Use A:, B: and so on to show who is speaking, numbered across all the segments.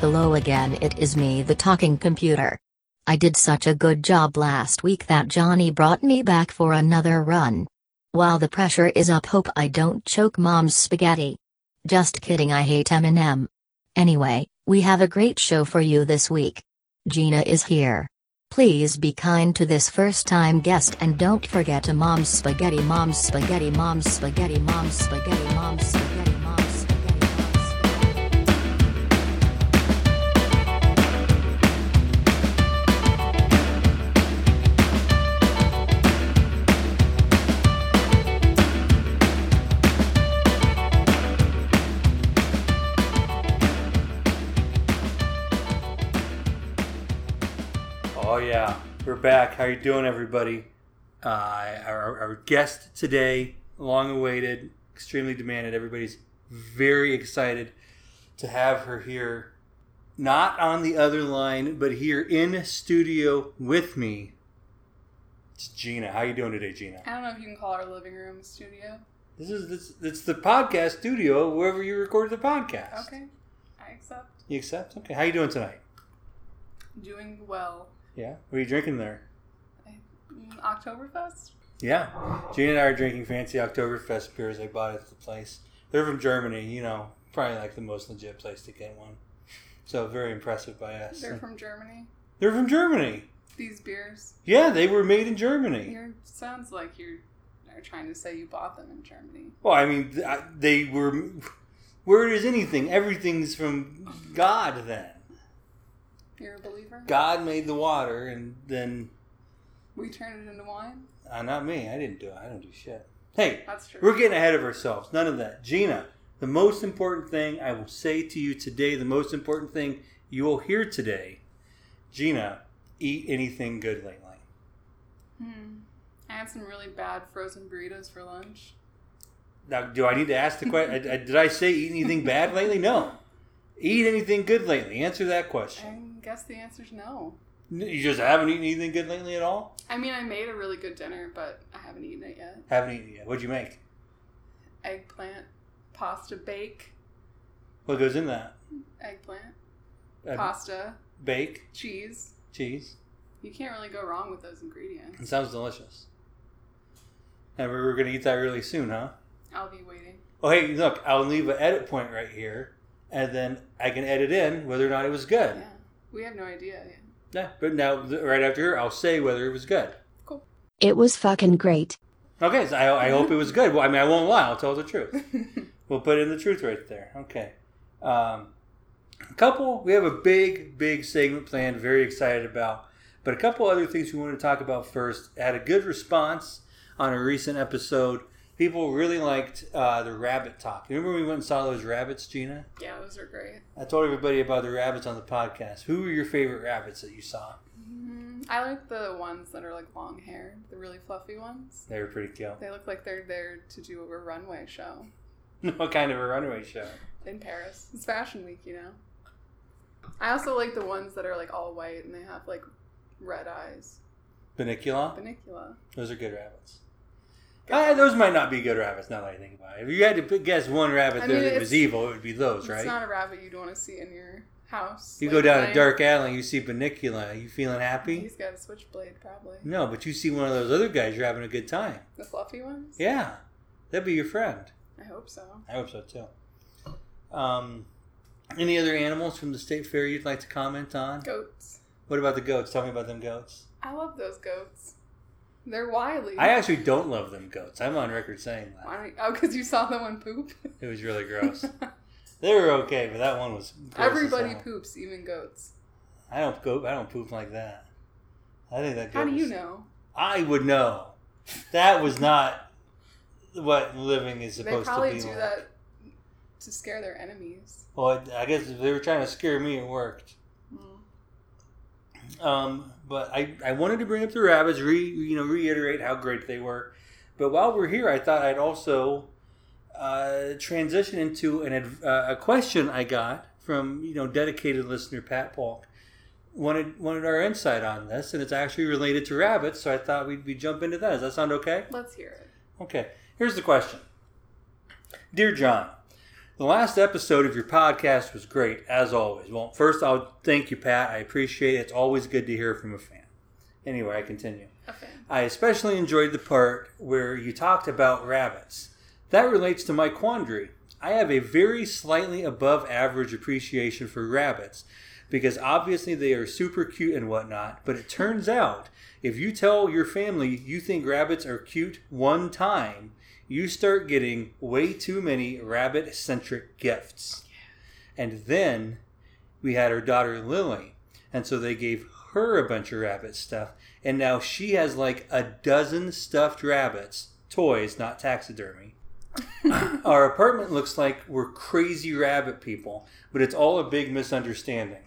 A: hello again it is me the talking computer. I did such a good job last week that Johnny brought me back for another run. While the pressure is up hope I don't choke mom's spaghetti. Just kidding I hate Eminem. Anyway, we have a great show for you this week. Gina is here. Please be kind to this first time guest and don't forget to mom's spaghetti, mom's spaghetti, mom's spaghetti, mom's spaghetti, mom's spaghetti, mom's spaghetti. Mom's spaghetti.
B: Oh yeah, we're back. How you doing, everybody? Uh, our, our guest today, long awaited, extremely demanded. Everybody's very excited to have her here, not on the other line, but here in studio with me. It's Gina. How you doing today, Gina?
C: I don't know if you can call our living room a studio.
B: This is this. It's the podcast studio wherever you record the podcast.
C: Okay, I accept.
B: You accept? Okay. How you doing tonight?
C: Doing well.
B: Yeah. What are you drinking there?
C: Mm, Oktoberfest?
B: Yeah. Gina and I are drinking fancy Oktoberfest beers I bought at the place. They're from Germany, you know, probably like the most legit place to get one. So very impressive by us.
C: They're from Germany.
B: They're from Germany.
C: These beers.
B: Yeah, they were made in Germany.
C: You're, sounds like you're are trying to say you bought them in Germany.
B: Well, I mean, th- I- they were. Where is anything? Everything's from God then.
C: You're a believer?
B: God made the water, and then.
C: We turned it into wine?
B: Uh, not me. I didn't do it. I don't do shit. Hey,
C: That's true.
B: We're getting ahead of ourselves. None of that. Gina, the most important thing I will say to you today, the most important thing you will hear today, Gina, eat anything good lately.
C: Hmm. I had some really bad frozen burritos for lunch.
B: Now, do I need to ask the question? Did I say eat anything bad lately? No. Eat anything good lately? Answer that
C: I
B: question.
C: guess the answer's no.
B: N- You just haven't eaten anything good lately at all?
C: I mean, I made a really good dinner, but I haven't eaten it yet.
B: Haven't eaten yet. What'd you make?
C: Eggplant, pasta, bake,
B: What goes in that?
C: eggplant,
B: Uh,
C: pasta,
B: Bake,
C: cheese.
B: cheese.
C: You can't really go wrong with those ingredients.
B: It sounds delicious. And we we're going to eat that really soon, huh?
C: I'll be waiting.
B: Oh, hey, look, I'll leave an edit point right here, and then I can edit in whether or not it was good.
C: Yeah. We have no idea yet.
B: Yeah. But now, th- right after here, I'll say whether it was good.
D: It was fucking great.
B: Okay, so I, I hope it was good. Well, I mean, I won't lie. I'll tell the truth. We'll put in the truth right there. Okay. Um, a couple, we have a big, big segment planned, very excited about. But a couple other things we want to talk about first. Had a good response on a recent episode. People really liked uh, the rabbit talk. Remember we went and saw those rabbits, Gina?
C: yeah, those are great.
B: I told everybody about the rabbits on the podcast. Who were your favorite rabbits that you saw?
C: Mm, I like the ones that are like long haired, the really fluffy ones.
B: They were pretty cool.
C: They look like they're there to do a runway show
B: what kind of a runway show?
C: in Paris. It's fashion week, you know. I also like the ones that are like all white and they have like red eyes.
B: Vinicula?
C: Panicula.
B: Those are good rabbits. Ah, those might not be good rabbits, now that I think about it. If you had to pick- guess one rabbit
C: I
B: there
C: mean,
B: that was
C: it's-
B: evil, it would be those,
C: It's
B: right?
C: not a rabbit you'd want to see in your house.
B: you
C: like,
B: go
C: at
B: down a
C: night.
B: dark alley and you see Vinicula. You feeling happy?
C: He's got a switchblade, probably.
B: No, but you see one of those other guys, you're having a good time.
C: The fluffy ones?
B: Yeah, that'd be your friend.
C: I hope so.
B: I hope so too. Um, any other animals from the state fair you'd like to comment on?
C: Goats.
B: What about the goats? Tell me about them goats.
C: I love those goats. They're wily.
B: I actually don't love them goats. I'm on record saying that.
C: Why don't you- oh, because you saw the one poop?
B: It was really gross. they were okay, but that one was. Gross as
C: Everybody
B: hell.
C: poops, even goats.
B: I don't go. I don't poop like that. I think that.
C: How do
B: goes-
C: you know?
B: I would know. That was not what living is
C: They
B: supposed to
C: probably
B: be
C: do
B: like.
C: that to scare their enemies.
B: Well, I I guess if they were trying to scare me, it worked.
C: Hmm.
B: Um, but I, I wanted to bring up the rabbits, re you know reiterate how great they were. But while we're here, I thought I'd also uh, transition into an ad- uh, a question I got from you know dedicated listener Pat Polk wanted wanted our insight on this, and it's actually related to rabbits. So I thought we'd we jump into that. Does that sound okay?
C: Let's hear it.
B: Okay, here's the question. Dear John, The last episode of your podcast was great, as always. Well, first, I'll thank you, Pat. I appreciate it. It's always good to hear from a fan. Anyway, I continue.
C: Okay.
B: I especially enjoyed the part where you talked about rabbits. That relates to my quandary. I have a very slightly above average appreciation for rabbits because obviously they are super cute and whatnot, but it turns out if you tell your family you think rabbits are cute one time, you start getting way too many rabbit centric gifts. And then we had her daughter Lily, and so they gave her a bunch of rabbit stuff, and now she has like a dozen stuffed rabbits, toys, not taxidermy. Our apartment looks like we're crazy rabbit people, but it's all a big misunderstanding.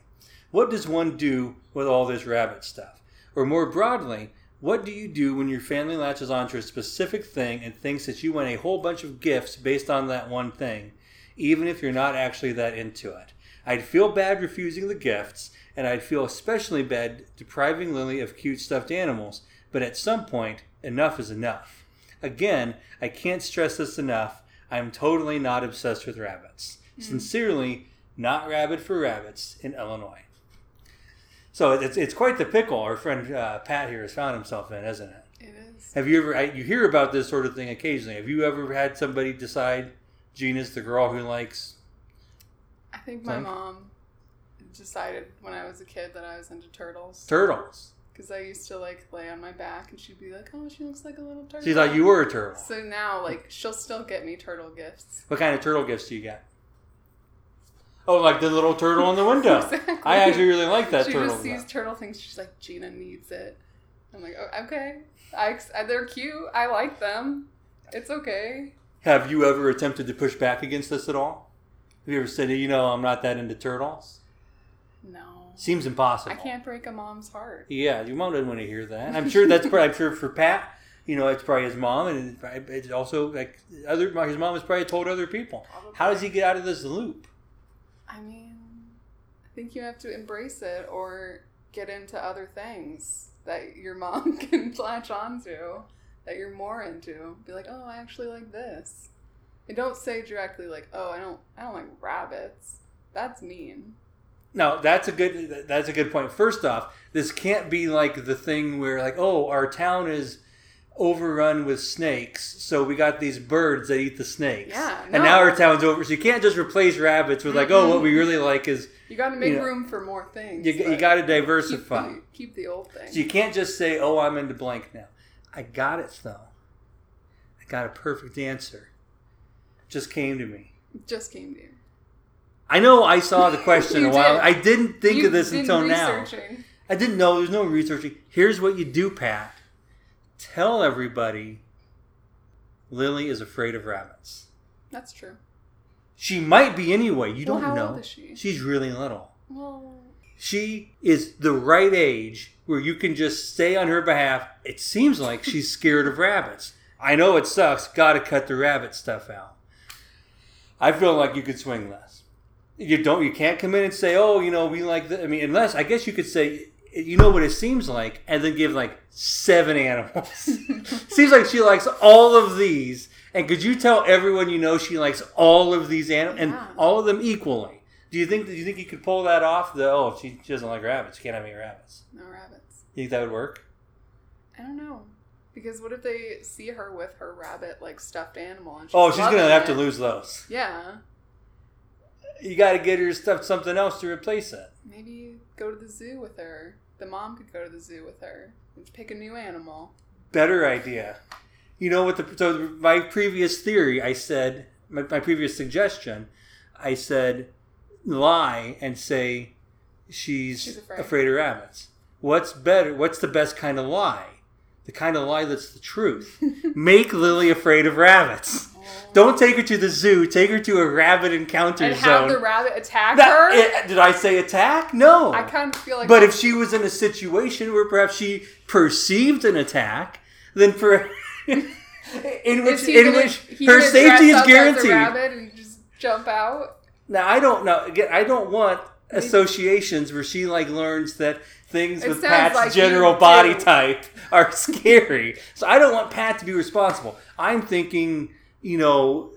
B: What does one do with all this rabbit stuff? Or more broadly, what do you do when your family latches onto a specific thing and thinks that you want a whole bunch of gifts based on that one thing, even if you're not actually that into it? I'd feel bad refusing the gifts, and I'd feel especially bad depriving Lily of cute stuffed animals, but at some point, enough is enough. Again, I can't stress this enough. I'm totally not obsessed with rabbits. Sincerely, not rabbit for rabbits in Illinois. So it's, it's quite the pickle our friend uh, Pat here has found himself in, isn't it?
C: It is.
B: Have you ever, I, you hear about this sort of thing occasionally. Have you ever had somebody decide Gina's the girl who likes
C: I think my
B: Sorry?
C: mom decided when I was a kid that I was into turtles
B: turtles?
C: because I used to like lay on my back and she'd be like, "Oh, she looks like a little turtle."
B: She thought you were a turtle.
C: So now, like, she'll still get me turtle gifts.
B: What kind of turtle gifts do you get? Oh, like the little turtle in the window.
C: Exactly.
B: I actually really like that
C: she
B: turtle.
C: just sees turtle things. She's like, Gina needs it. I'm like, oh, okay. I, ex- uh, they're cute. I like them. It's okay.
B: Have you ever attempted to push back against this at all? Have you ever said, you know, I'm not that into turtles?
C: No,
B: Seems impossible.
C: I can't break a mom's heart.
B: Yeah, your mom doesn't want to hear that. I'm sure that's probably, I'm sure for Pat, you know, it's probably his mom, and it's probably- it's also like other his mom has probably told other people. How does he get out of this loop?
C: I mean, I think you have to embrace it or get into other things that your mom can latch onto that you're more into. Be like, oh, I actually like this. And don't say directly like, oh, I don't, I don't like rabbits. That's mean.
B: No, that's a good that's a good point. First off, this can't be like the thing where like, oh, our town is overrun with snakes, so we got these birds that eat the snakes.
C: Yeah,
B: And now
C: no.
B: our town's over. So you can't just replace rabbits with like, oh, what we really like is
C: You got to make
B: You know,
C: room for more things.
B: you, you
C: but
B: got to
C: keep
B: diversify.
C: the, keep the old thing.
B: So you can't just say, oh, I'm into blank now. I got it though. I got a perfect answer. Just came to me.
C: Just came to you.
B: I know I saw the question
C: You
B: a while.
C: did.
B: I didn't think
C: You've
B: of this
C: been
B: until now.
C: researching.
B: I didn't know. There's no researching. Here's what you do, Pat. Tell everybody Lily is afraid of rabbits.
C: That's true.
B: She might be anyway. You
C: Well,
B: don't
C: how
B: know.
C: old is she?
B: She's really little.
C: Well,
B: She is the right age where you can just say on her behalf, it seems like she's scared of rabbits. I know it sucks. Gotta cut the rabbit stuff out. I feel like you could swing this. You don't. You can't come in and say, "Oh, you know, we like." The, I mean, unless I guess you could say, "You know what it seems like," and then give like seven animals. seems like she likes all of these. And could you tell everyone you know she likes all of these animals and
C: Yeah.
B: all of them equally? Do you think? Do you think you could pull that off? The oh, she, she doesn't like rabbits. She can't have any rabbits.
C: no rabbits.
B: You think that would work?
C: I don't know. Because what if they see her with her rabbit, like stuffed animal? And she's
B: Oh, she's gonna
C: loving
B: have to
C: it?
B: lose those.
C: Yeah.
B: You got to get her stuff something else to replace it.
C: Maybe go to the zoo with her. The mom could go to the zoo with her and pick a new animal.
B: better idea. You know what? The so my previous theory, I said my, my previous suggestion, I said lie and say she's,
C: She's
B: afraid.
C: afraid.
B: of rabbits. What's better? What's the best kind of lie? The kind of lie that's the truth. Make Lily afraid of rabbits.
C: Oh.
B: Don't take her to the zoo. Take her to a rabbit encounter
C: And
B: zone.
C: have the rabbit attack
B: That-
C: her?
B: eh, did I say attack? No.
C: I kind of feel like.
B: But if she was in a situation where perhaps she perceived an attack, then for in which
C: Is he
B: in
C: gonna-
B: which
C: he
B: her
C: gonna
B: safety
C: dress
B: is
C: up as a
B: guaranteed.
C: rabbit and just jump out.
B: Now I don't know. Again, I don't want associations where she like learns that things
C: It
B: with
C: sounds
B: Pat's
C: like
B: general
C: you
B: body
C: do.
B: type are scary. so I don't want Pat to be responsible. I'm thinking, you know,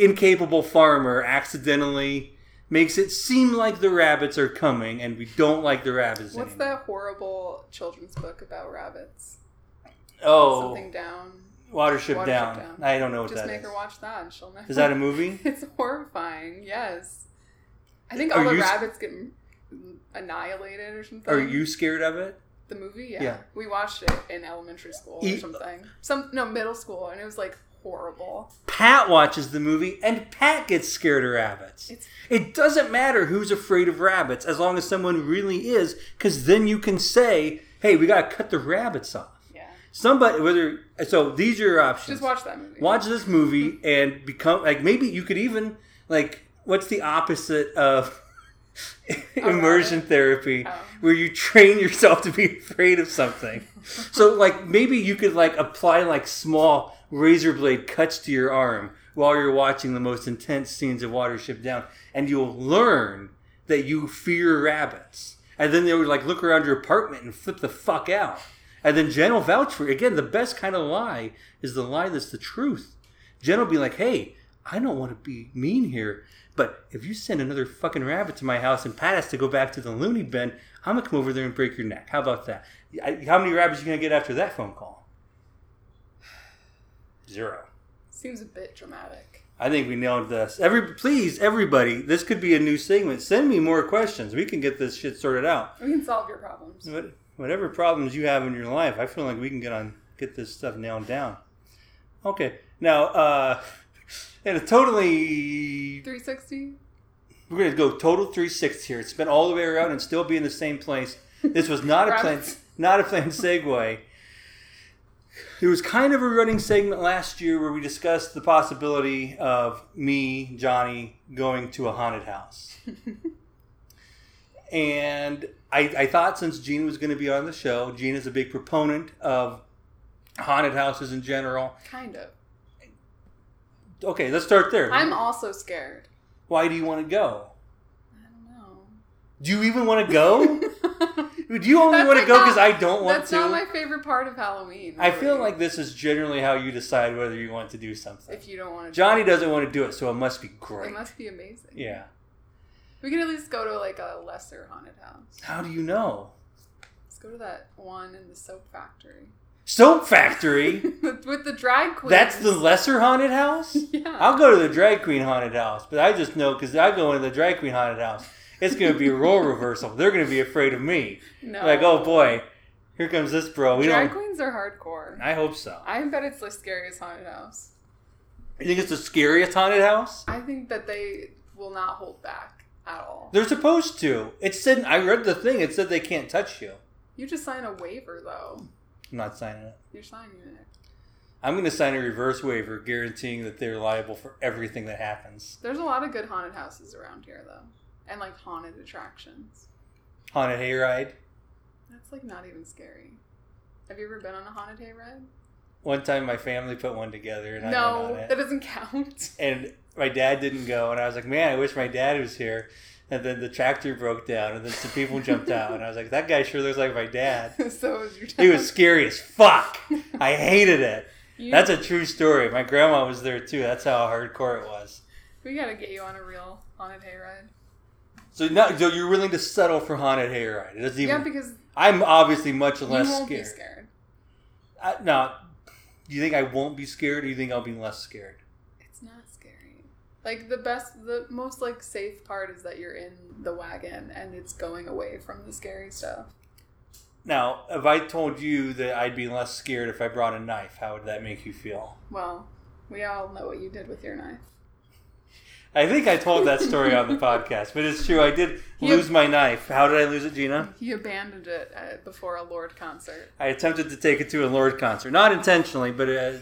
B: incapable farmer accidentally makes it seem like the rabbits are coming, and we don't like the rabbits.
C: What's
B: anymore.
C: that horrible children's book about rabbits?
B: Oh,
C: Something down.
B: Watership,
C: Watership
B: down.
C: Down.
B: I don't know what
C: Just
B: that
C: make
B: is.
C: her watch that and she'll never.
B: Is that a movie?
C: it's horrifying, yes. I think
B: Are
C: all the
B: you s-
C: rabbits get m- annihilated or something.
B: Are you scared of it?
C: The movie, yeah.
B: Yeah.
C: We watched it in elementary school or
B: E-
C: something. Some no middle school, and it was like horrible.
B: Pat watches the movie and Pat gets scared of rabbits.
C: It's-
B: it doesn't matter who's afraid of rabbits as long as someone really is, because then you can say, hey, we got to cut the rabbits off.
C: Yeah.
B: Somebody, whether, so these are your options.
C: Just watch that movie.
B: Watch this movie and become, like, maybe you could even, like, what's the opposite of immersion therapy
C: Oh.
B: where you train yourself to be afraid of something? so, like, maybe you could, like, apply, like, small razor blade cuts to your arm while you're watching the most intense scenes of Watership Down, and you'll learn that you fear rabbits. And then they would like look around your apartment and flip the fuck out. And then Jen will vouch for again. The best kind of lie is the lie that's the truth. Jen will be like, "Hey, I don't want to be mean here, but if you send another fucking rabbit to my house and Pat has to go back to the loony bin, I'm gonna come over there and break your neck. How about that? I, how many rabbits you gonna get after that phone call? Zero.
C: Seems a bit dramatic.
B: I think we nailed this. Every please, everybody, this could be a new segment. Send me more questions. We can get this shit sorted out.
C: We can solve your problems.
B: What, whatever problems you have in your life, I feel like we can get on get this stuff nailed down. Okay, now uh, in a totally
C: 360?
B: we're gonna go total 360 here. It's been all the way around and still be in the same place. This was not a plan,
C: Rabbits.
B: not a planned segue. There was kind of a running segment last year where we discussed the possibility of me, Johnny, going to a haunted house. and I, I thought since Gina was going to be on the show, Gina's a big proponent of haunted houses in general.
C: Kind of.
B: Okay, let's start there.
C: I'm also scared.
B: Why do you want to go?
C: I
B: Do you even want to go?
C: don't know.
B: Do you only
C: That's
B: want to
C: like
B: go
C: not-
B: because I don't want
C: That's
B: to?
C: not my favorite part of Halloween.
B: I feel
C: really.
B: like this is generally how you decide whether you want to do something.
C: if you don't want to,
B: Johnny doesn't want to do it, so it must be great.
C: it must be amazing.
B: yeah.
C: we can at least go to like a lesser haunted house.
B: How do you know?
C: Let's go to that one in the soap factory
B: Soap Factory?
C: with, with the drag queen.
B: That's the lesser haunted house?
C: yeah.
B: I'll go to the drag queen haunted house, but I just know because I go into the drag queen haunted house, it's going to be a role reversal. They're going to be afraid of me.
C: no.
B: Like, oh boy, here comes this bro. We
C: drag
B: don't.
C: queens are hardcore.
B: I hope so.
C: I bet it's the scariest haunted house.
B: You think it's the scariest haunted house?
C: I think that they will not hold back at all.
B: They're supposed to. It said I read the thing. It said they can't touch you.
C: You just sign a waiver though.
B: I'm not signing it.
C: You're signing it.
B: I'm going to sign a reverse waiver guaranteeing that they're liable for everything that happens.
C: There's a lot of good haunted houses around here though, and like haunted attractions.
B: Haunted hayride.
C: That's like not even scary. Have you ever been on a haunted hayride?
B: One time my family put one together and I went
C: No,
B: on it.
C: that doesn't count.
B: and my dad didn't go and I was like, "Man, I wish my dad was here." And then the tractor broke down and then some people jumped out and I was like, "That guy sure looks like my dad."
C: so is your dad.
B: He was scary as fuck. I hated it.
C: You-
B: That's a true story. My grandma was there too. That's how hardcore it was.
C: we gotta get you on a real haunted hayride.
B: So now, so you're willing to settle for haunted hayride? It doesn't even.
C: Yeah, because
B: I'm obviously much
C: you
B: less
C: won't be
B: scared.
C: scared.
B: I, now, do you think I won't be scared, or you think I'll be less scared?
C: It's not scary. Like the best, the most like safe part is that you're in the wagon and it's going away from the scary stuff.
B: Now, if I told you that I'd be less scared if I brought a knife, how would that make you feel?
C: Well, we all know what you did with your knife.
B: I think I told that story on the podcast, but it's true. I did
C: You-
B: lose my knife. How did I lose it, Gina?
C: He abandoned it uh before a Lord concert.
B: I attempted to take it to a Lord concert, not intentionally, but uh,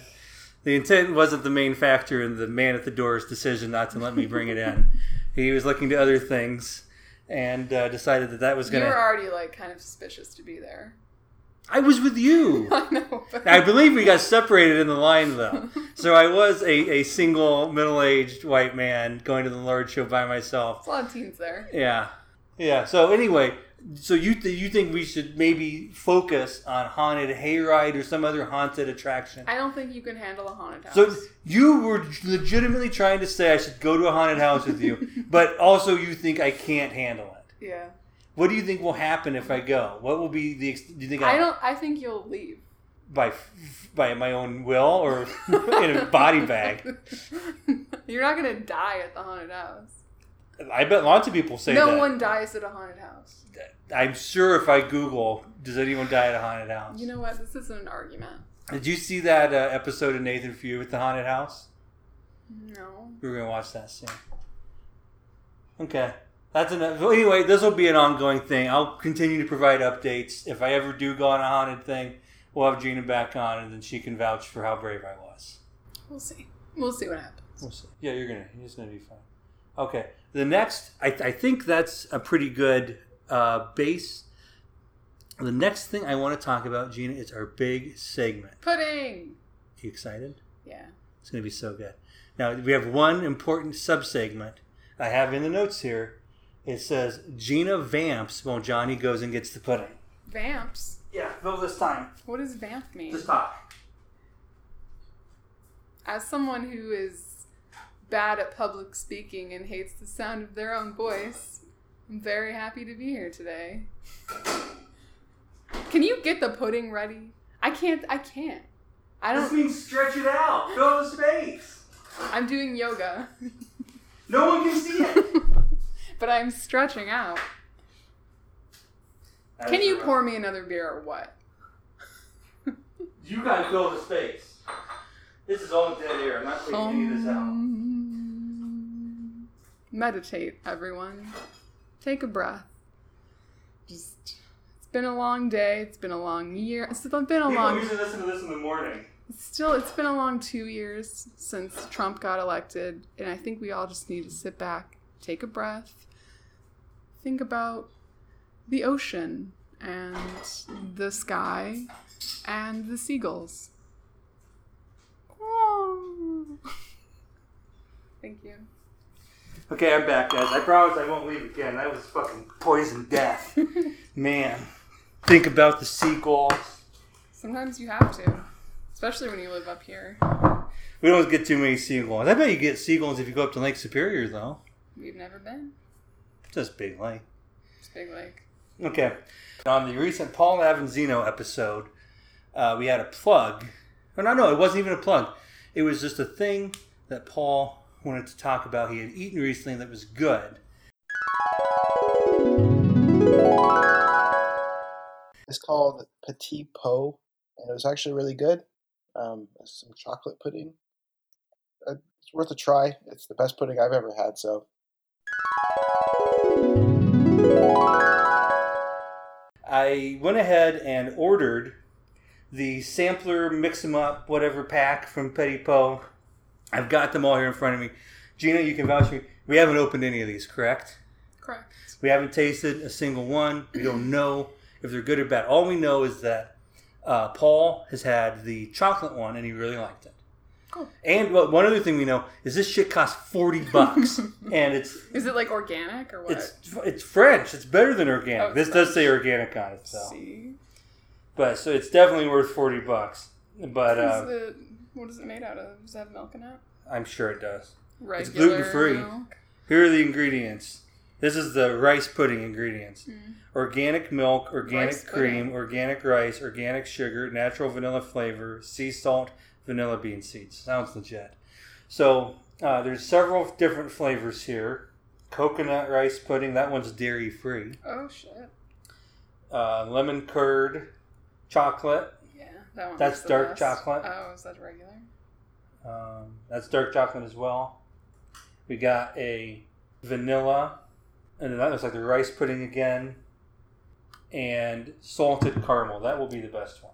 B: the intent wasn't the main factor in the man at the door's decision not to let me bring it in. he was looking to other things and uh, decided that that was
C: You
B: gonna.
C: were already like kind of suspicious to be there.
B: I was with you.
C: I know. But
B: I believe we got separated in the line though, so I was a, a single middle aged white man going to the Lord show by myself.
C: There's a lot of teens there.
B: Yeah. Yeah. So anyway, so you th- you think we should maybe focus on haunted hayride or some other haunted attraction?
C: I don't think you can handle a haunted house.
B: So you were legitimately trying to say I should go to a haunted house with you, but also you think I can't handle it.
C: yeah.
B: What do you think will happen if I go? What will be the? ex- Do you think
C: I don't. I think you'll leave.
B: by f- by my own will or in a body bag?
C: You're not gonna die at the haunted house.
B: I bet lots of people say
C: no
B: that.
C: one dies at a haunted house.
B: I'm sure if I Google, does anyone die at a haunted house?
C: You know what? This isn't an argument.
B: Did you see that uh, episode of Nathan Few with the haunted house?
C: No.
B: We were gonna watch that soon. Okay, that's enough. So anyway, this will be an ongoing thing. I'll continue to provide updates. If I ever do go on a haunted thing, we'll have Gina back on, and then she can vouch for how brave I was.
C: We'll see. We'll see what happens.
B: We'll see. Yeah, you're gonna. It's gonna be fun. Okay. The next, I, I think that's a pretty good uh, base. The next thing I want to talk about, Gina, is our big segment.
C: Pudding.
B: You excited?
C: Yeah.
B: It's going to be so good. Now, we have one important subsegment I have in the notes here. It says Gina vamps while Johnny goes and gets the pudding.
C: Vamps.
B: Yeah, fill this time.
C: What does vamp mean?
B: talk.
C: As someone who is bad at public speaking and hates the sound of their own voice, I'm very happy to be here today. Can you get the pudding ready? I can't. I can't. I don't.
B: means stretch it out. Fill the space.
C: I'm doing yoga,
B: No one can see it.
C: but I'm stretching out. Can you pour me another beer or what?
B: You gotta fill the space. This is all dead air. I'm not taking any of this out.
C: Oh. Um, Meditate, everyone. Take a breath. Just. It's been a long day. It's been a long year. It's been a
B: People
C: long.
B: usually listen to this in the morning.
C: Still, it's been a long two years since Trump got elected, and I think we all just need to sit back, take a breath, think about the ocean and the sky and the seagulls. Thank you.
B: Okay, I'm back, guys. I promise I won't leave again. That was fucking poison death. Man, think about the sequel.
C: Sometimes you have to, especially when you live up here.
B: We don't get too many seagulls. I bet you get seagulls if you go up to Lake Superior, though.
C: We've never been.
B: Just big lake.
C: It's a big lake.
B: Okay. On the recent Paul Avanzino episode, uh, we had a plug. Or no, no, it wasn't even a plug. It was just a thing that Paul wanted to talk about. He had eaten recently that was good.
E: It's called Petit Po, and it was actually really good. Um, it's some chocolate pudding. Uh, It's worth a try. It's the best pudding I've ever had. So
B: I went ahead and ordered the sampler mix 'em up whatever pack from Petty Poe. I've got them all here in front of me. Gina, you can vouch for me. We haven't opened any of these, correct?
C: Correct.
B: We haven't tasted a single one. We don't know if they're good or bad. All we know is that uh, Paul has had the chocolate one and he really liked it.
C: Cool.
B: And well, one other thing we know is this shit costs forty bucks, and it's
C: Is it like organic or what?
B: it's it's French. It's better than organic.
C: Oh,
B: this does say organic on it, so
C: See.
B: but so it's definitely worth forty bucks. But
C: What is
B: uh,
C: the, what is it made out of? Does it have milk in it?
B: I'm sure it does.
C: Regular
B: gluten-free.
C: milk?
B: Here are the ingredients. This is the rice pudding ingredients:
C: Mm.
B: organic milk, organic
C: Rice
B: cream,
C: pudding.
B: organic rice, organic sugar, natural vanilla flavor, sea salt, vanilla bean seeds. Sounds legit. So uh, there's several different flavors here. Coconut rice pudding. That one's dairy free.
C: Oh shit!
B: Uh, lemon curd, chocolate.
C: Yeah, that one.
B: That's
C: was the
B: dark
C: best.
B: chocolate.
C: Oh, is that regular?
B: Um, that's dark chocolate as well. We got a vanilla, and then that looks like the rice pudding again, and salted caramel. That will be the best one.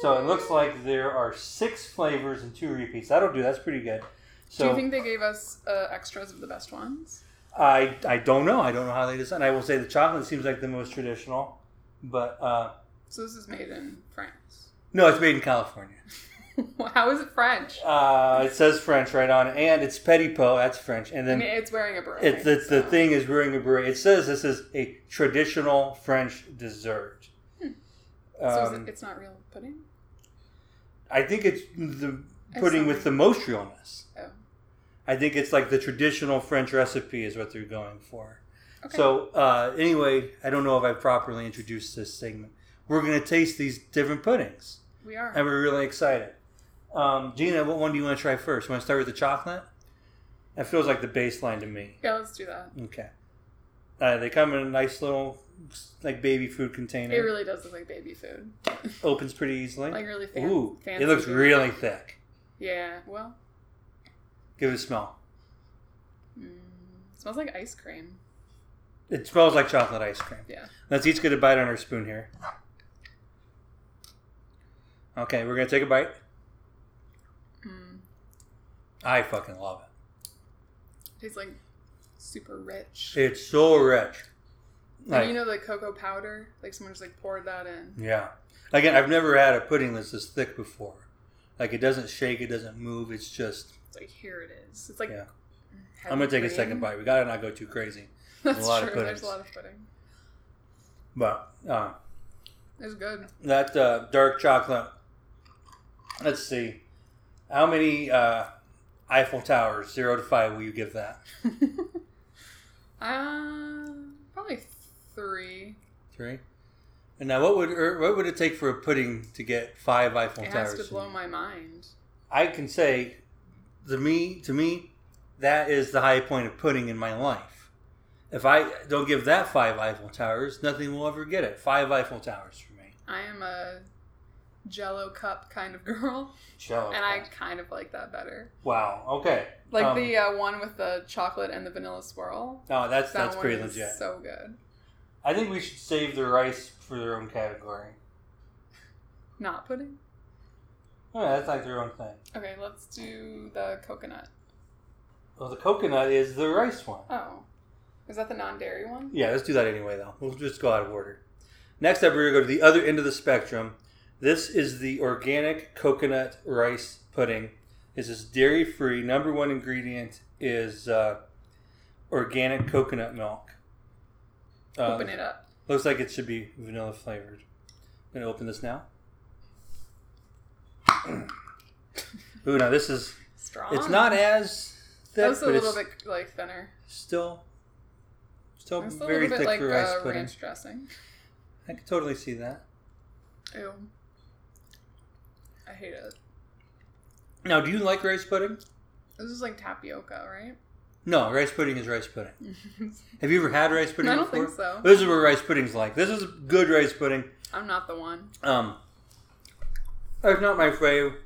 B: So it
C: Mm.
B: looks like there are six flavors and two repeats. That'll do. That's pretty good.
C: Do you
B: So
C: think they gave us uh, extras of the best ones?
B: I I don't know. I don't know how they decide. I will say the chocolate seems like the most traditional, but uh,
C: So this is made in France.
B: no, it's made in California.
C: How is it French?
B: Uh, it says French right on it, and it's petit pot. That's French, and
C: I
B: then
C: mean, it's wearing a beret.
B: It's, it's the
C: so-
B: thing is brewing a brewery. It says this is a traditional French dessert.
C: Hmm. So is
B: Um,
C: it, it's not real pudding.
B: I think it's the
C: I
B: pudding
C: see.
B: with the most realness.
C: Oh,
B: I think it's like the traditional French recipe is what they're going for.
C: okay.
B: So uh, anyway, I don't know if I properly introduced this segment. We're gonna taste these different puddings,
C: we are.
B: and we're really excited. Um, Gina, what one do you want to try first? You want to start with the chocolate? That feels like the baseline to me.
C: yeah, let's do that.
B: Okay. Uh, they come in a nice little, like baby food container.
C: It really does look like baby food.
B: Opens pretty easily.
C: Like really fan-
B: Ooh,
C: fancy.
B: it looks
C: food.
B: really thick.
C: Yeah. Well,
B: Give it a smell.
C: mm, smells like ice cream.
B: It smells like chocolate ice cream.
C: Yeah.
B: Let's each get a bite on our spoon here. Okay, we're gonna take a bite.
C: Mm,
B: I fucking love it.
C: tastes like super rich.
B: It's so rich.
C: And
B: Like,
C: you know the cocoa powder? Like someone just like poured that in.
B: yeah. Again, I've never had a pudding that's this thick before. Like it doesn't shake, it doesn't move. It's just.
C: It's like here it is. It's like
B: Yeah.
C: heavy
B: I'm gonna take a
C: cream.
B: second bite. We gotta not go too crazy.
C: That's
B: A lot of
C: true. There's
B: puddings.
C: a lot of pudding.
B: But uh,
C: It's good.
B: that uh, dark chocolate. Let's see, how many uh, Eiffel Towers, zero to five, will you give that?
C: Uh, probably three.
B: Three. And now, what would er, what would it take for a pudding to get five Eiffel
C: It has
B: Towers?
C: to blow my mind.
B: I can say, the me to me, that is the high point of pudding in my life. If I don't give that five Eiffel Towers, nothing will ever get it. Five Eiffel Towers for me.
C: I am a jello cup kind of girl,
B: Jello
C: and I
B: cup.
C: kind of like that better.
B: wow. Okay.
C: Like
B: Um,
C: the uh, one with the chocolate and the vanilla swirl.
B: No, Oh, that's
C: That
B: that's
C: one
B: pretty
C: is
B: legit.
C: so good.
B: I think we should save the rice for their own category.
C: Not pudding?
B: Oh, Yeah, that's like their own thing.
C: Okay, let's do the coconut.
B: Well, the coconut is the rice one.
C: Oh. Is that the non dairy one?
B: Yeah, let's do that anyway, though. We'll just go out of order. Next up, we're going to go to the other end of the spectrum. This is the organic coconut rice pudding. This is dairy free. Number one ingredient is uh, organic coconut milk. Uh,
C: Open it up.
B: Looks like it should be vanilla flavored. I'm gonna open this now. Ooh, now this is
C: Strong.
B: It's not as thick,
C: That was Ah. a
B: but
C: little
B: it's
C: bit like thinner.
B: still still
C: It's a
B: very
C: little bit
B: thick
C: like
B: for rice
C: uh,
B: pudding.
C: ranch dressing.
B: I could totally see that.
C: Ew. I hate it.
B: Now, do you like rice pudding?
C: This is like tapioca, right?
B: No, rice pudding is rice pudding.
C: I
B: Have you ever had rice pudding
C: Mm. don't
B: before?
C: think so.
B: This is what rice pudding's like. This is good rice pudding.
C: I'm not the one.
B: Um, that's not my fave.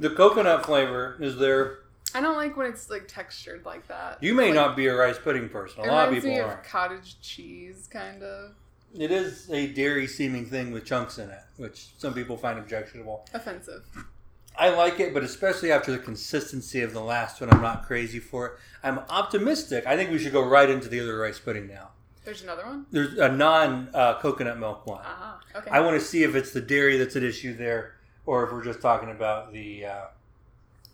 B: The coconut flavor is there.
C: I don't like when it's like textured like that.
B: You may
C: Like,
B: not be a rice pudding person.
C: It
B: A lot of
C: reminds
B: people
C: me
B: are.
C: of cottage cheese, kind of
B: It is a dairy seeming thing with chunks in it, which some people find objectionable.
C: offensive.
B: I like it, but especially after the consistency of the last one, I'm not crazy for it. I'm optimistic. I think we should go right into the other rice pudding now.
C: There's another one.
B: There's a non uh, coconut milk one.
C: Ah, okay.
B: I want to see if it's the dairy that's at issue there, or if we're just talking about the uh,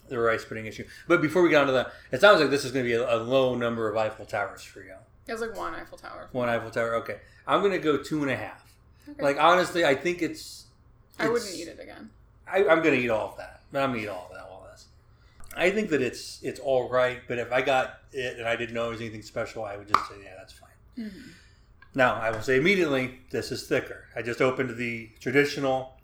B: the rice pudding issue. But before we get onto that, it sounds like this is going to be a, a low number of Eiffel Towers for you.
C: it was like one Eiffel Tower.
B: One Eiffel Tower. Okay, I'm going to go two and a half.
C: Okay.
B: Like honestly, I think it's.
C: I wouldn't
B: it's-
C: eat it again.
B: I, I'm gonna eat all of that. I'm gonna eat all of that. All this. I think that it's it's all right. But if I got it and I didn't know it was anything special, I would just say, yeah, that's fine.
C: Mhm.
B: Now I will say immediately, this is thicker. I just opened the traditional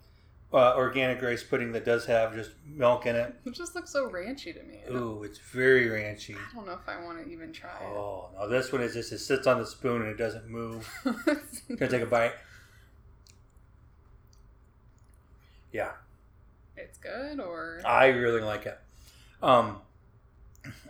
B: uh, organic rice pudding that does have just milk in it.
C: It just looks so ranchy to me.
B: Ooh, it's very ranchy.
C: I don't know if I want to even try it.
B: Oh no, this one is just it sits on the spoon and it doesn't move. Gonna take a bite. Yeah.
C: it's good, or
B: I really like it. Um,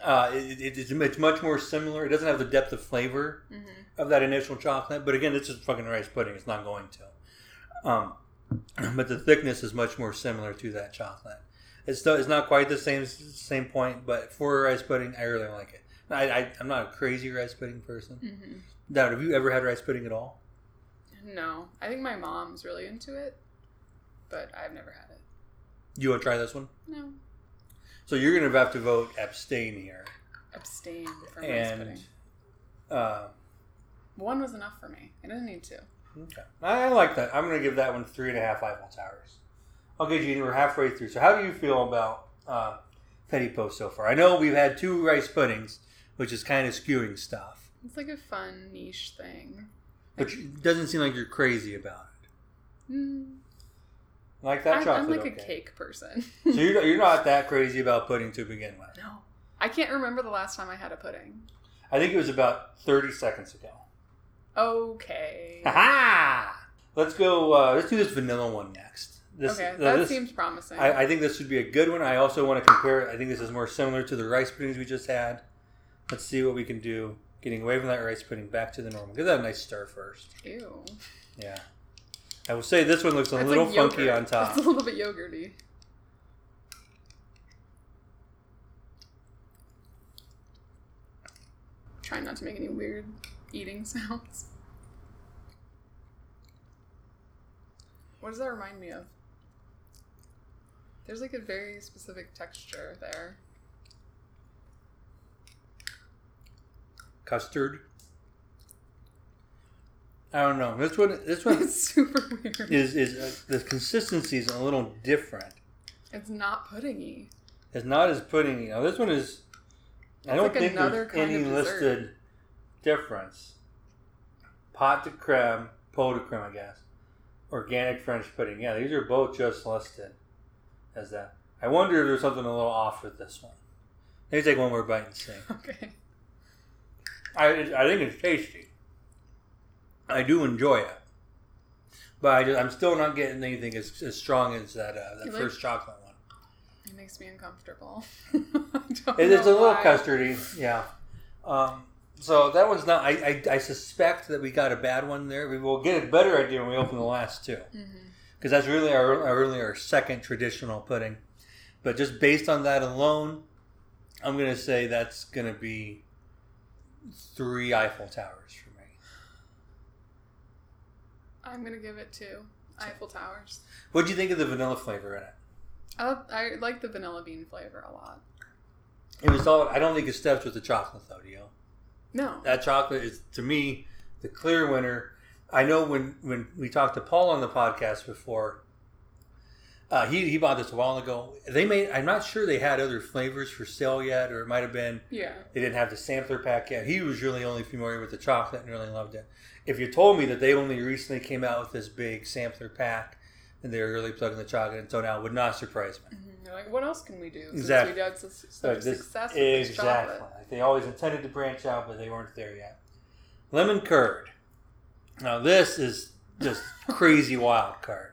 B: uh, it, it, it's, it's much more similar. It doesn't have the depth of flavor
C: Mhm.
B: of that initial chocolate, but again, this is fucking rice pudding. It's not going to. Um, but the thickness is much more similar to that chocolate. It's still, it's not quite the same same point, but for a rice pudding, I really like it. I, I I'm not a crazy rice pudding person.
C: Mhm.
B: Now, have you ever had rice pudding at all?
C: no, I think my mom's really into it, but I've never had it.
B: You want to try this one?
C: No.
B: So you're going to have to vote abstain here.
C: Abstain from rice
B: And
C: pudding.
B: uh,
C: One was enough for me. I didn't need two.
B: okay. I I like that. I'm going to give that one three and a half Eiffel Towers. Okay, Gene, we're halfway through. So how do you feel about uh, Petty Post so far? I know we've had two rice puddings, which is kind of skewing stuff.
C: It's like a fun niche thing.
B: But you- it doesn't seem like you're crazy about it.
C: Mm,
B: Like that
C: I,
B: chocolate.
C: I'm like
B: okay.
C: a cake person.
B: So you're, you're not that crazy about pudding to begin with.
C: no. I can't remember the last time I had a pudding.
B: I think it was about 30 seconds ago.
C: Okay.
B: Ha Let's go. Uh, let's do this vanilla one next. This,
C: okay,
B: uh,
C: that
B: this-
C: seems promising.
B: I, I think this would be a good one. I also want to compare. I think this is more similar to the rice puddings we just had. Let's see what we can do. Getting away from that rice pudding, back to the normal. Give that a nice stir first.
C: Ew.
B: Yeah. I will say this one looks a
C: That's
B: little
C: like
B: funky
C: yogurt.
B: on top.
C: It's a little bit yogurty. Trying not to make any weird eating sounds. What does that remind me of? There's like a very specific texture there.
B: Custard. I don't know. This one. This one
C: It's super weird.
B: is is uh, the consistency is a little different.
C: It's not puddingy.
B: It's not as puddingy. Now this one is. I
C: It's
B: don't
C: like
B: think
C: another
B: there's
C: kind
B: any
C: of dessert.
B: listed difference. Pot de creme, pot de creme, I guess. Organic French pudding. Yeah, these are both just listed as that. I wonder if there's something a little off with this one. Maybe take one more bite and see.
C: Okay.
B: I, I think it's tasty. I do enjoy it, but I just, I'm still not getting anything as, as strong as that uh, that
C: You like-
B: first chocolate one.
C: It makes me uncomfortable. I don't
B: It is a
C: know
B: little
C: why.
B: custardy, yeah. Um, so that one's not. I, I, I suspect that we got a bad one there. We will get a better idea when we open the last two,
C: Mm-hmm.
B: because that's really our our- really our second traditional pudding. But just based on that alone, I'm gonna say that's gonna be three Eiffel Towers for me.
C: I'm gonna give it two Eiffel Towers.
B: What do you think of the vanilla flavor in it?
C: I, love- I like the vanilla bean flavor a lot.
B: It was all. I don't think it steps with the chocolate though, do you?
C: No,
B: that chocolate is to me the clear winner. I know when when we talked to Paul on the podcast before, uh, he he bought this a while ago. They made I'm not sure they had other flavors for sale yet, or it might have been
C: yeah,
B: they didn't have the sampler pack yet. He was really only familiar with the chocolate and really loved it. If you told me that they only recently came out with this big sampler pack and they were really plugging the chocolate and so now it would not surprise me.
C: Mhm. You're like what else can we do? Since
B: Exactly.
C: we had such,
B: So
C: such
B: this,
C: success with this
B: exactly.
C: chocolate.
B: Like they always intended to branch out, but they weren't there yet. Lemon curd. Now this is just crazy wild card.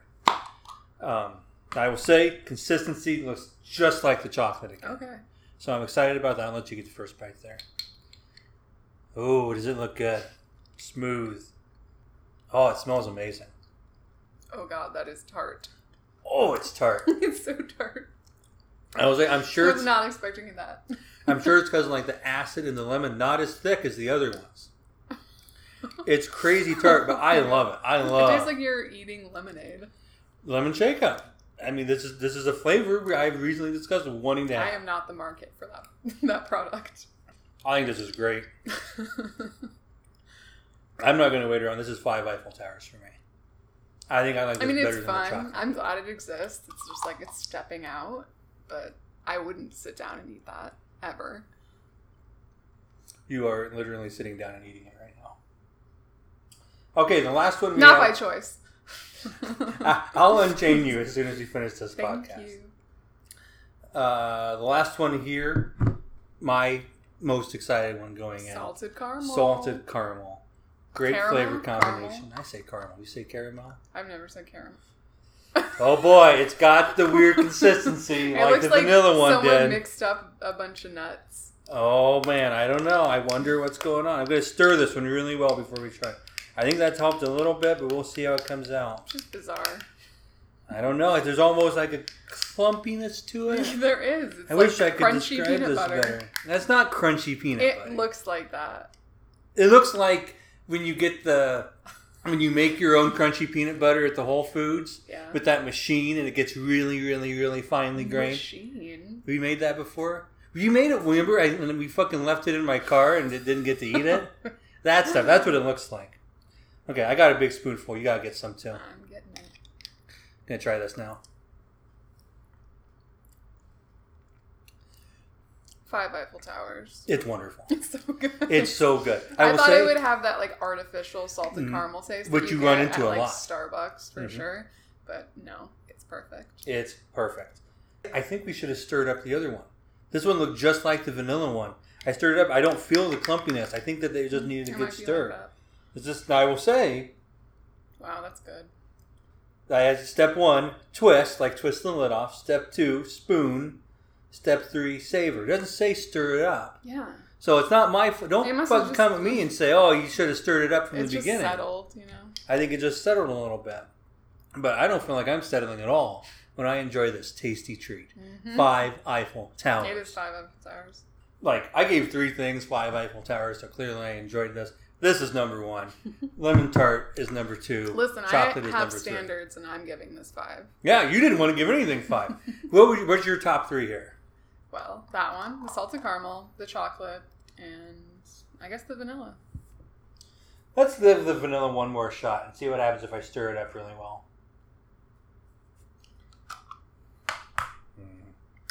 B: Um, I will say consistency looks just like the chocolate again.
C: Okay,
B: So I'm excited about that. I'll let you get the first bite there. Oh, does it look good? Smooth. Oh, it smells amazing.
C: oh god, that is tart.
B: Oh, it's tart.
C: it's so tart.
B: I was like, I'm sure
C: I was
B: it's
C: not expecting that.
B: I'm sure it's because like the acid in the lemon not as thick as the other ones. It's crazy tart, but I love it. I
C: it
B: love
C: tastes like you're eating lemonade.
B: lemon shake up. I mean, this is this is a flavor I recently discussed wanting to.
C: I
B: Have.
C: am not the market for that that product.
B: I think this is great. I'm not going to wait around. This is five Eiffel Towers for me. I think I like this
C: I mean,
B: better
C: it's
B: than the
C: fun.
B: chocolate.
C: I'm glad it exists. It's just like it's stepping out, but I wouldn't sit down and eat that ever.
B: You are literally sitting down and eating it right now. Okay, the last one. We
C: Not by
B: have,
C: choice.
B: I- I'll unchain you as soon as we finish this
C: Thank
B: podcast.
C: you.
B: Uh, the last one here, my most excited one going in.
C: Salted caramel.
B: Salted caramel. Great
C: Caramel?
B: flavor
C: Caramel?
B: combination. I say caramel. You say caramel?
C: I've never said caramel.
B: Oh boy, it's got the weird consistency like the vanilla one
C: someone
B: did.
C: mixed up a bunch of nuts.
B: oh man, I don't know. I wonder what's going on. I'm going to stir this one really well before we try it. I think that's helped a little bit, but we'll see how it comes out.
C: Just bizarre.
B: I don't know. There's almost like a clumpiness to it.
C: there is. It's
B: I
C: like
B: wish I could
C: crunchy
B: describe
C: peanut
B: this
C: butter.
B: better. That's not crunchy peanut
C: It
B: butter.
C: looks like that.
B: It looks like when you get the when you make your own crunchy peanut butter at the Whole Foods
C: Yeah.
B: with that machine and it gets really, really, really finely grained.
C: Machine.
B: We made that before. You made it. Remember, I, and we fucking left it in my car and it didn't get to eat it. that stuff. That's what it looks like. Okay, I got a big spoonful. You gotta get some too.
C: I'm getting it.
B: gonna try this now.
C: Five Eiffel Towers.
B: It's wonderful.
C: It's so good.
B: It's so good. I,
C: I,
B: will
C: thought
B: say,
C: it would have that like artificial salted
B: Mhm.
C: caramel taste,
B: Which
C: that
B: you run
C: get
B: into
C: at,
B: a
C: like,
B: lot.
C: Starbucks for
B: Mhm.
C: sure, but no, it's perfect.
B: it's perfect. I think we should have stirred up the other one. This one looked just like the vanilla one. I stirred it up. I don't feel the clumpiness. I think that they just needed a
C: It
B: good
C: might be
B: stir.
C: like that.
B: It's just I will say
C: Wow, that's good.
B: I had step one, twist, like twist the lid off. Step two, spoon. Step three, savor. It doesn't say stir it up.
C: Yeah,
B: So it's not my fault.
C: It
B: Don't
C: must have
B: fucking
C: just-
B: come at me and say, oh, you should have stirred it up from
C: it's
B: the
C: just
B: beginning.
C: settled, you know.
B: I think it just settled a little bit. But I don't feel like I'm settling at all when I enjoy this tasty treat.
C: Mhm.
B: Five Eiffel Towers.
C: It is five Eiffel Towers.
B: Like, I gave three things five Eiffel Towers, so clearly I enjoyed this. This is number one. Lemon tart is number two.
C: Listen,
B: Chocolate
C: I
B: is
C: have
B: number three.
C: standards, and I'm giving this five.
B: Yeah, you didn't want to give anything five. what would you, what's your top three here?
C: Well, that one, the salted caramel, the chocolate, and I guess the vanilla.
B: Let's give the vanilla one more shot and see what happens if I stir it up really well.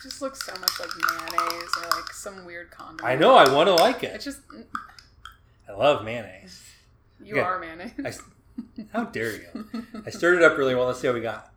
C: Just looks so much like mayonnaise or like some weird condiment.
B: I know I want to like
C: It's
B: it.
C: just mm,
B: I love mayonnaise.
C: you
B: Okay.
C: are mayonnaise.
B: I s how dare you? I stirred it up really well. Let's see how we got.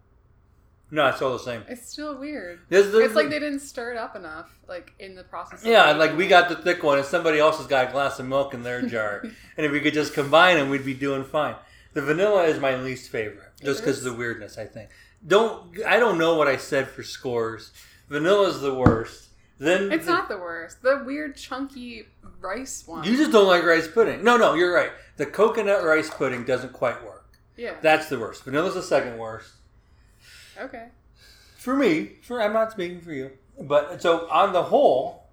B: No, it's all the same.
C: It's still weird.
B: This- this-
C: It's like they didn't stir it up enough, like in the process. of
B: yeah,
C: making
B: like we
C: it.
B: got the thick one, and somebody else has got a glass of milk in their jar. and if we could just combine them, we'd be doing fine. The vanilla is my least favorite, just because of the weirdness. I think. Don't I don't know what I said for scores. Vanilla's the worst. Then
C: It's
B: the-
C: not the worst. The weird chunky rice one.
B: You just don't like rice pudding. No, no, you're right. The coconut rice pudding doesn't quite work.
C: yeah.
B: That's the worst. Vanilla's the second worst.
C: okay.
B: For me, for I'm not speaking for you. But so on the whole,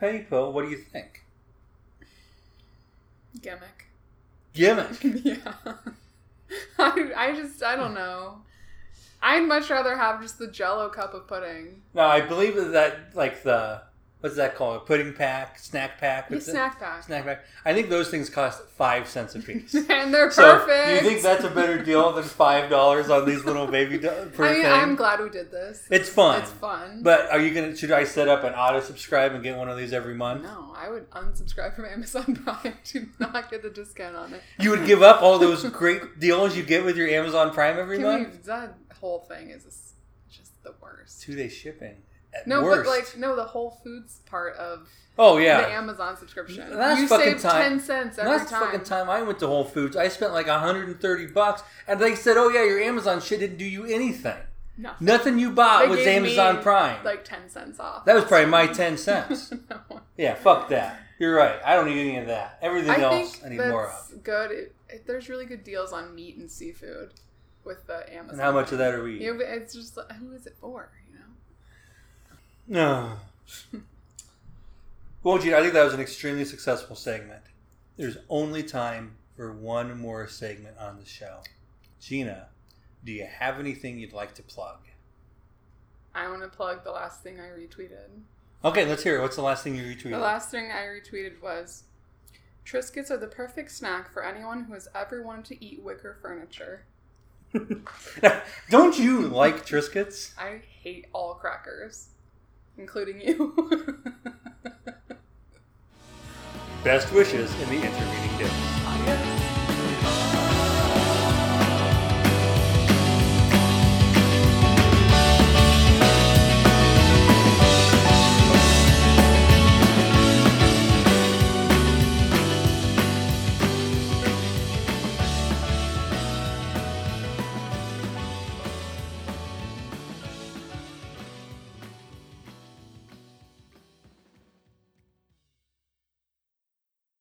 B: Penny Pill, what do you think?
C: Gimmick.
B: Gimmick.
C: yeah. I, I just I don't know. I'd much rather have just the Jello cup of pudding.
B: Now I believe that, that like the what's that called? A pudding pack, snack pack,
C: The
B: what's it?
C: snack pack.
B: snack pack. I think those things cost five cents a piece.
C: and they're
B: So
C: perfect.
B: you think that's a better deal than five dollars on these little baby do- per
C: I mean,
B: thing?
C: I'm glad we did this.
B: it's fun.
C: It's fun.
B: But are you gonna? Should I set up an auto subscribe and get one of these every month?
C: no, I would unsubscribe from Amazon Prime to not get the discount on it.
B: You would give up all those great deals you get with your Amazon Prime every
C: Can
B: month.
C: we, that whole thing is just- just the worst.
B: Two day shipping. At
C: No,
B: worst.
C: but like no, the Whole Foods part of
B: oh
C: the
B: yeah.
C: Amazon subscription.
B: Last
C: you
B: fucking
C: save
B: time-
C: ten cents every
B: Last
C: time.
B: fucking time I went to Whole Foods, I spent like 130 bucks, and they said, "Oh yeah, your Amazon shit didn't do you anything.
C: No,
B: Nothing you bought
C: They
B: was
C: gave me,
B: Amazon Prime.
C: Like ten cents off.
B: that was probably my 10 cents.
C: No.
B: yeah, fuck that. You're right. I don't need any of that. Everything
C: I
B: else,
C: think
B: I need
C: that's
B: more of.
C: good. It, it- there's really good deals on meat and seafood with the Amazon.
B: And how much of that are we? eating?
C: You know, but it's just like, who is it for? You know.
B: No. Ah. well, Gina, I think that was an extremely successful segment. There's only time for one more segment on the show. Gina, do you have anything you'd like to plug?
C: I want to plug the last thing I retweeted.
B: Okay, let's hear it. What's the last thing you retweeted?
C: The last thing I retweeted was Triscuits are the perfect snack for anyone who has ever wanted to eat wicker furniture.
B: Don't you like Triscuits?
C: I hate all crackers, including you.
B: Best wishes in the intervening days.
C: Adios.